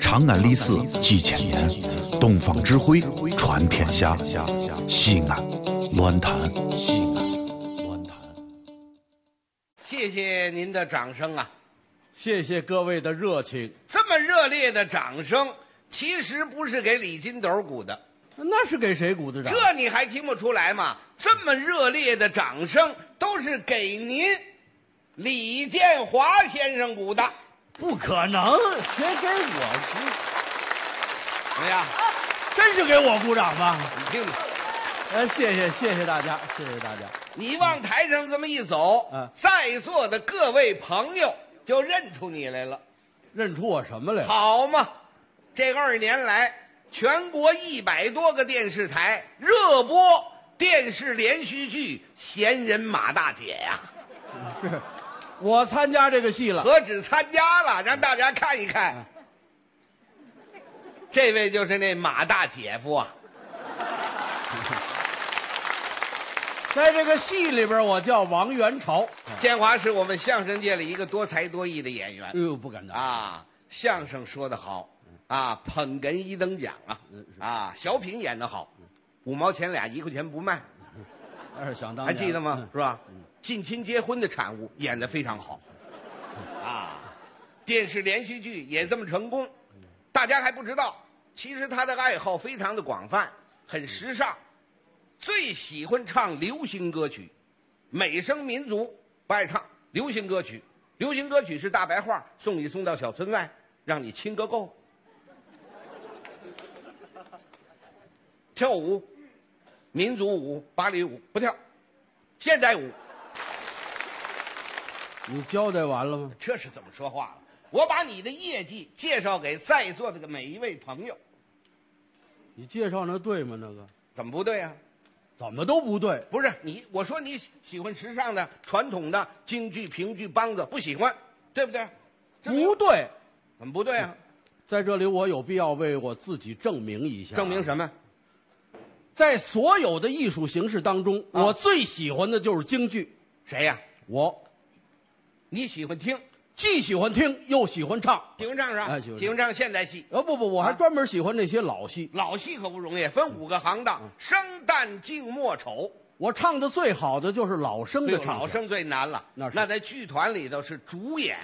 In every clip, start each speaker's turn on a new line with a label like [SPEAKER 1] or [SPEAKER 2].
[SPEAKER 1] 长安历史几千年，东方智慧传天下。西安，乱谈西安，乱谈。
[SPEAKER 2] 谢谢您的掌声啊！
[SPEAKER 3] 谢谢各位的热情，
[SPEAKER 2] 这么热烈的掌声，其实不是给李金斗鼓的，
[SPEAKER 3] 那是给谁鼓的掌？
[SPEAKER 2] 这你还听不出来吗？这么热烈的掌声都是给您，李建华先生鼓的。
[SPEAKER 3] 不可能，谁给我
[SPEAKER 2] 怎么样？
[SPEAKER 3] 鼓？真是给我鼓掌吗？
[SPEAKER 2] 哎你听听，
[SPEAKER 3] 呃，谢谢谢谢大家，谢谢大家。
[SPEAKER 2] 你往台上这么一走，
[SPEAKER 3] 嗯
[SPEAKER 2] 在座的各位朋友就认出你来了，
[SPEAKER 3] 认出我什么来了？
[SPEAKER 2] 好嘛？这二年来，全国一百多个电视台热播电视连续剧《闲人马大姐》呀。
[SPEAKER 3] 我参加这个戏了，
[SPEAKER 2] 何止参加了，让大家看一看。这位就是那马大姐夫啊，
[SPEAKER 3] 在这个戏里边，我叫王元朝。
[SPEAKER 2] 建华是我们相声界里一个多才多艺的演员
[SPEAKER 3] 哎呦，不敢当！
[SPEAKER 2] 啊，相声说得好啊，捧哏一等奖啊啊，小品演得好，五毛钱俩一块钱不卖，
[SPEAKER 3] 但是哎想当
[SPEAKER 2] 还
[SPEAKER 3] 年
[SPEAKER 2] 记得吗？？
[SPEAKER 3] 嗯
[SPEAKER 2] 是吧？近亲结婚的产物演得非常好，啊， 电视连续剧也这么成功，大家还不知道，其实他的爱好非常的广泛，很时尚，最喜欢唱流行歌曲，美声民族不爱唱流行歌曲，流行歌曲是大白话，送你送到小村外，让你亲个够。跳舞，民族舞、芭蕾舞不跳，现代舞，
[SPEAKER 3] 嗯你交代完了吗？
[SPEAKER 2] 这是怎么说话了？我把你的业绩介绍给在座的每一位朋友，
[SPEAKER 3] 你介绍那对吗？那个
[SPEAKER 2] 怎么不对啊？
[SPEAKER 3] 怎么都不对。
[SPEAKER 2] 不是你，我说你喜欢时尚的、传统的、京剧、评剧、梆子，不喜欢，对不对？这没有
[SPEAKER 3] 不对，
[SPEAKER 2] 怎么不对啊？
[SPEAKER 3] 在这里我有必要为我自己证明一下。
[SPEAKER 2] 证明什么？
[SPEAKER 3] 在所有的艺术形式当中，
[SPEAKER 2] 啊
[SPEAKER 3] 我最喜欢的就是京剧。
[SPEAKER 2] 谁呀、
[SPEAKER 3] 我
[SPEAKER 2] 你喜欢听，
[SPEAKER 3] 既喜欢听又喜欢唱。
[SPEAKER 2] 喜欢唱是吧？
[SPEAKER 3] 哎喜欢唱
[SPEAKER 2] 喜欢唱现代戏，
[SPEAKER 3] 呃，不不，我还专门喜欢那些老戏。
[SPEAKER 2] 老戏可不容易，分五个行
[SPEAKER 3] 嗯
[SPEAKER 2] 当：生、旦、净、末、丑。
[SPEAKER 3] 我唱的最好的就是老生的唱
[SPEAKER 2] 老
[SPEAKER 3] 腔，
[SPEAKER 2] 生最难了，
[SPEAKER 3] 那是
[SPEAKER 2] 在剧团里头是主演，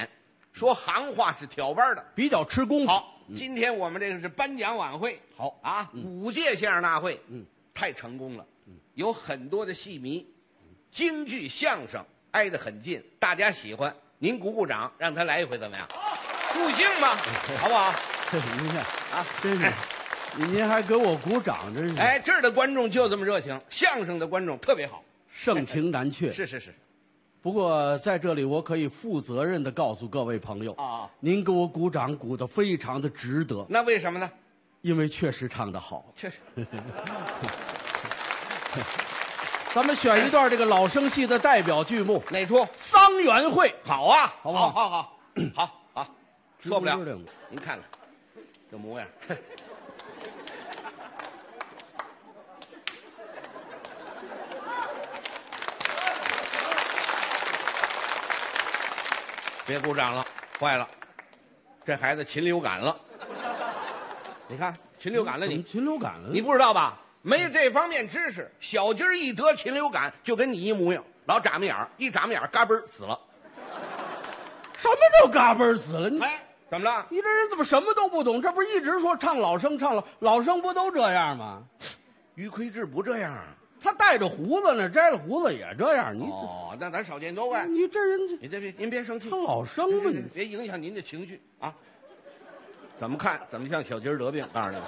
[SPEAKER 2] 说行话是挑班的。
[SPEAKER 3] 比较吃功夫。
[SPEAKER 2] 好，今天我们这个是颁奖晚会，
[SPEAKER 3] 嗯好
[SPEAKER 2] 啊，五届相声大会，嗯，太成功了，有很多的戏迷，京剧、相声挨得很近，大家喜欢，您鼓鼓掌，让他来一回怎么样？助兴嘛，好不好？
[SPEAKER 3] 您看，
[SPEAKER 2] 啊，
[SPEAKER 3] 真是
[SPEAKER 2] 哎，
[SPEAKER 3] 您您还给我鼓掌，真是，
[SPEAKER 2] 哎，这儿的观众就这么热情，相声的观众特别好，
[SPEAKER 3] 盛情难却。
[SPEAKER 2] 是是是，
[SPEAKER 3] 不过在这里，我可以负责任的告诉各位朋友
[SPEAKER 2] 啊，
[SPEAKER 3] 您给我鼓掌，鼓得非常的值得，
[SPEAKER 2] 那为什么呢？
[SPEAKER 3] 因为确实唱得好。
[SPEAKER 2] 确实，
[SPEAKER 3] 咱们选一段这个老生戏的代表剧目《
[SPEAKER 2] 哪出？
[SPEAKER 3] 桑园会》，
[SPEAKER 2] 好啊，
[SPEAKER 3] 好不
[SPEAKER 2] 好
[SPEAKER 3] 好
[SPEAKER 2] 好好 好好，说不了
[SPEAKER 3] 知不知道。
[SPEAKER 2] 您看看这模样， 别鼓掌了，坏了，这孩子禽流感了。你看禽流感了
[SPEAKER 3] 怎
[SPEAKER 2] 你，
[SPEAKER 3] 么禽流感了？
[SPEAKER 2] 你不知道吧？没有这方面知识，小鸡儿一得禽流感，就跟你一模样，老眨巴眼儿，一眨巴眼儿，嘎嘣儿死了。
[SPEAKER 3] 什么叫嘎嘣儿死了？你
[SPEAKER 2] 哎，怎么了？
[SPEAKER 3] 你这人怎么什么都不懂？这不是一直说唱老生唱老老生不都这样吗？
[SPEAKER 2] 于魁智不这样啊？
[SPEAKER 3] 他带着胡子呢，摘了胡子也这样。你、
[SPEAKER 2] 哦，那咱少见多怪。
[SPEAKER 3] 你这人
[SPEAKER 2] 你这别，您别生气
[SPEAKER 3] 他，老生吗
[SPEAKER 2] 别别
[SPEAKER 3] 你？
[SPEAKER 2] 别影响您的情绪啊。怎么看怎么像小鸡儿得病，告诉你们。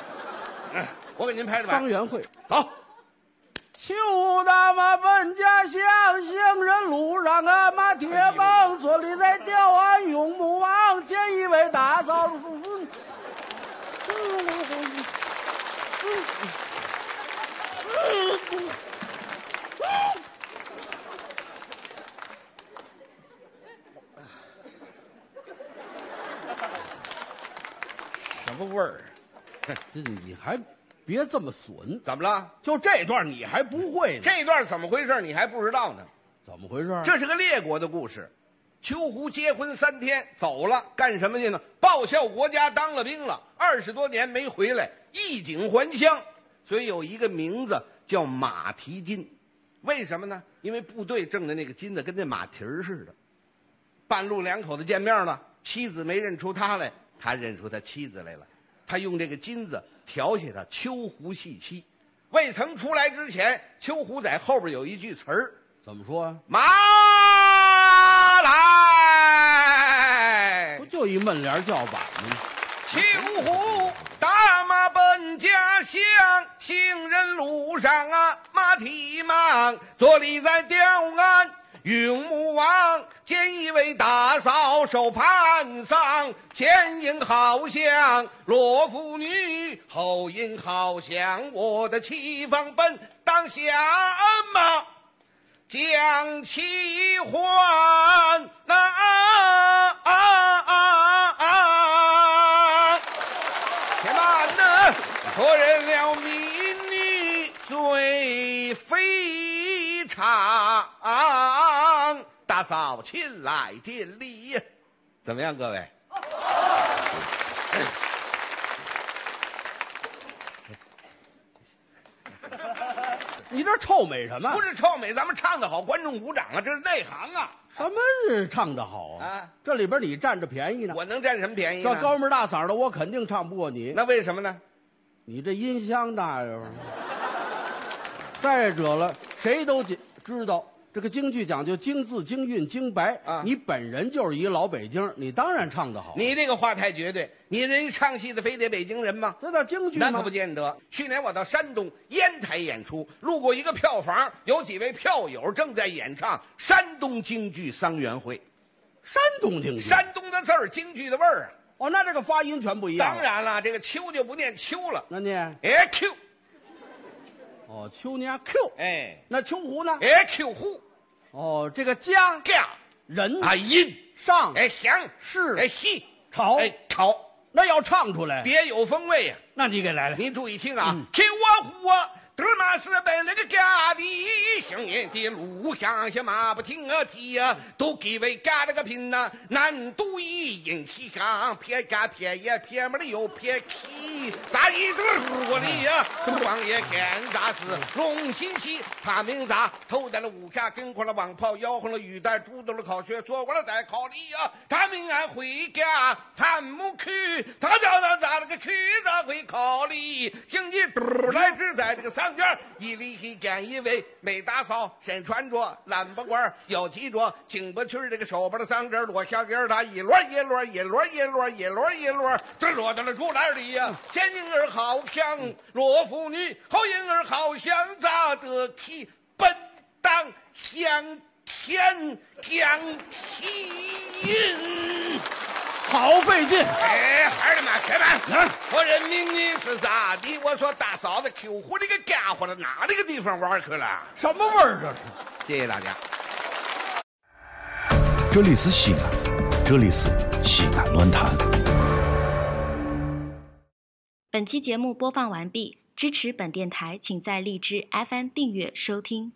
[SPEAKER 2] 哎我给您拍着
[SPEAKER 3] 桑
[SPEAKER 2] 板，
[SPEAKER 3] 园会，
[SPEAKER 2] 走。
[SPEAKER 3] 邱大妈奔家乡，行人路上俺妈铁
[SPEAKER 2] 哎
[SPEAKER 3] 棒，村里在叫俺永不忘，见一位大嫂。嗯
[SPEAKER 2] 什么味儿？啊
[SPEAKER 3] 这你还别这么损，
[SPEAKER 2] 怎么了？
[SPEAKER 3] 就这段你还不会呢？
[SPEAKER 2] 这段怎么回事儿你还不知道呢？
[SPEAKER 3] 怎么回事？
[SPEAKER 2] 这是个列国的故事。秋胡结婚三天，走了，干什么去呢？抱报效国家，当了兵了，二十多年没回来，衣锦还乡，所以有一个名字叫马蹄金。为什么呢？因为部队挣的那个金子跟那马蹄儿似的。半路两口子见面了，妻子没认出他来，他认出他妻子来了。他用这个金子调戏他秋胡戏妻。未曾出来之前，秋胡在后边有一句词儿
[SPEAKER 3] 怎么说啊？：“
[SPEAKER 2] 马来
[SPEAKER 3] 不就一闷帘叫板吗？
[SPEAKER 2] 秋胡，大马奔家乡，行人路上啊，马蹄忙，坐立在吊鞍。云母王见一位大嫂手盘桑，前迎好像罗妇女，后迎好像我的七方奔当下马。将其还那、啊啊啊啊！且慢呐，错认了民女最非常。大嫂亲来见礼，怎么样，各位？
[SPEAKER 3] 你这臭美什么？
[SPEAKER 2] 不是臭美，咱们唱的好，观众鼓掌啊，这是内行啊！
[SPEAKER 3] 什么是唱的好啊？
[SPEAKER 2] 啊
[SPEAKER 3] 这里边你占着便宜呢。
[SPEAKER 2] 我能占什么便宜
[SPEAKER 3] 这
[SPEAKER 2] 呢？
[SPEAKER 3] 高门大嗓的，我肯定唱不过你。
[SPEAKER 2] 那为什么呢？
[SPEAKER 3] 你这音箱大呀！ 再者了，谁都知知道这个京剧讲究京字、京韵、京白
[SPEAKER 2] 啊
[SPEAKER 3] 你本人就是一老北京，你当然唱得好。
[SPEAKER 2] 你这个话太绝对，你人唱戏的非得北京人吗？
[SPEAKER 3] 这叫京剧
[SPEAKER 2] 那
[SPEAKER 3] 吗？
[SPEAKER 2] 可不见得。去年我到山东烟台演出，路过一个票房，有几位票友正在演唱山东京剧《桑园会
[SPEAKER 3] 山东京》，剧。
[SPEAKER 2] 山东的字儿，京剧的味儿啊。
[SPEAKER 3] 哦，那这个发音全不一样。
[SPEAKER 2] 当，然了，这个秋就不念秋了，
[SPEAKER 3] 那念
[SPEAKER 2] 哎秋，
[SPEAKER 3] 哦，秋年 Q，
[SPEAKER 2] 哎
[SPEAKER 3] 那秋胡呢？
[SPEAKER 2] 哎秋呼
[SPEAKER 3] 哦，这个家
[SPEAKER 2] 嘎
[SPEAKER 3] 人
[SPEAKER 2] 啊音，
[SPEAKER 3] 上
[SPEAKER 2] 哎响
[SPEAKER 3] 是
[SPEAKER 2] 哎戏
[SPEAKER 3] 吵
[SPEAKER 2] 哎吵，
[SPEAKER 3] 那要唱出来，
[SPEAKER 2] 别有风味呀、
[SPEAKER 3] 那你给来来。
[SPEAKER 2] 您注意听啊，给我火，德尔玛斯奔那个家的，乡野的路乡下马不停啊蹄啊，都给为干了个拼呐、难度一引起上，撇干撇也撇没了又撇起，咱一对我的呀，啊王爷看咋是龙心西，他名咋头戴了五下，跟过了网炮，摇晃了雨带，猪兜了烤靴，做过了再烤梨呀，他命俺回家，他木去，他叫咱咋了个去咋会考虑？星期嘟来只在这个三圈，一里一干一位美大嫂，身穿着懒不官，有记着颈不去这个手边的三根裸下根他一摞一摞一摞一摞一摞一摞，这摞到了竹篮里呀、前婴儿好像裸妇女，后婴儿好像咋得去奔当向天将起。
[SPEAKER 3] 好费劲，
[SPEAKER 2] 哎，孩儿的妈，开板！
[SPEAKER 3] 嗯
[SPEAKER 2] 我人民你是咋的？我说大嫂子，Q 胡这个家伙了，哪那个地方玩去了？
[SPEAKER 3] 什么味儿这是？
[SPEAKER 2] 谢谢大家。
[SPEAKER 1] 这里是西安，这里是西安论坛。
[SPEAKER 4] 本期节目播放完毕，支持本电台，请在荔枝 FM 订阅收听。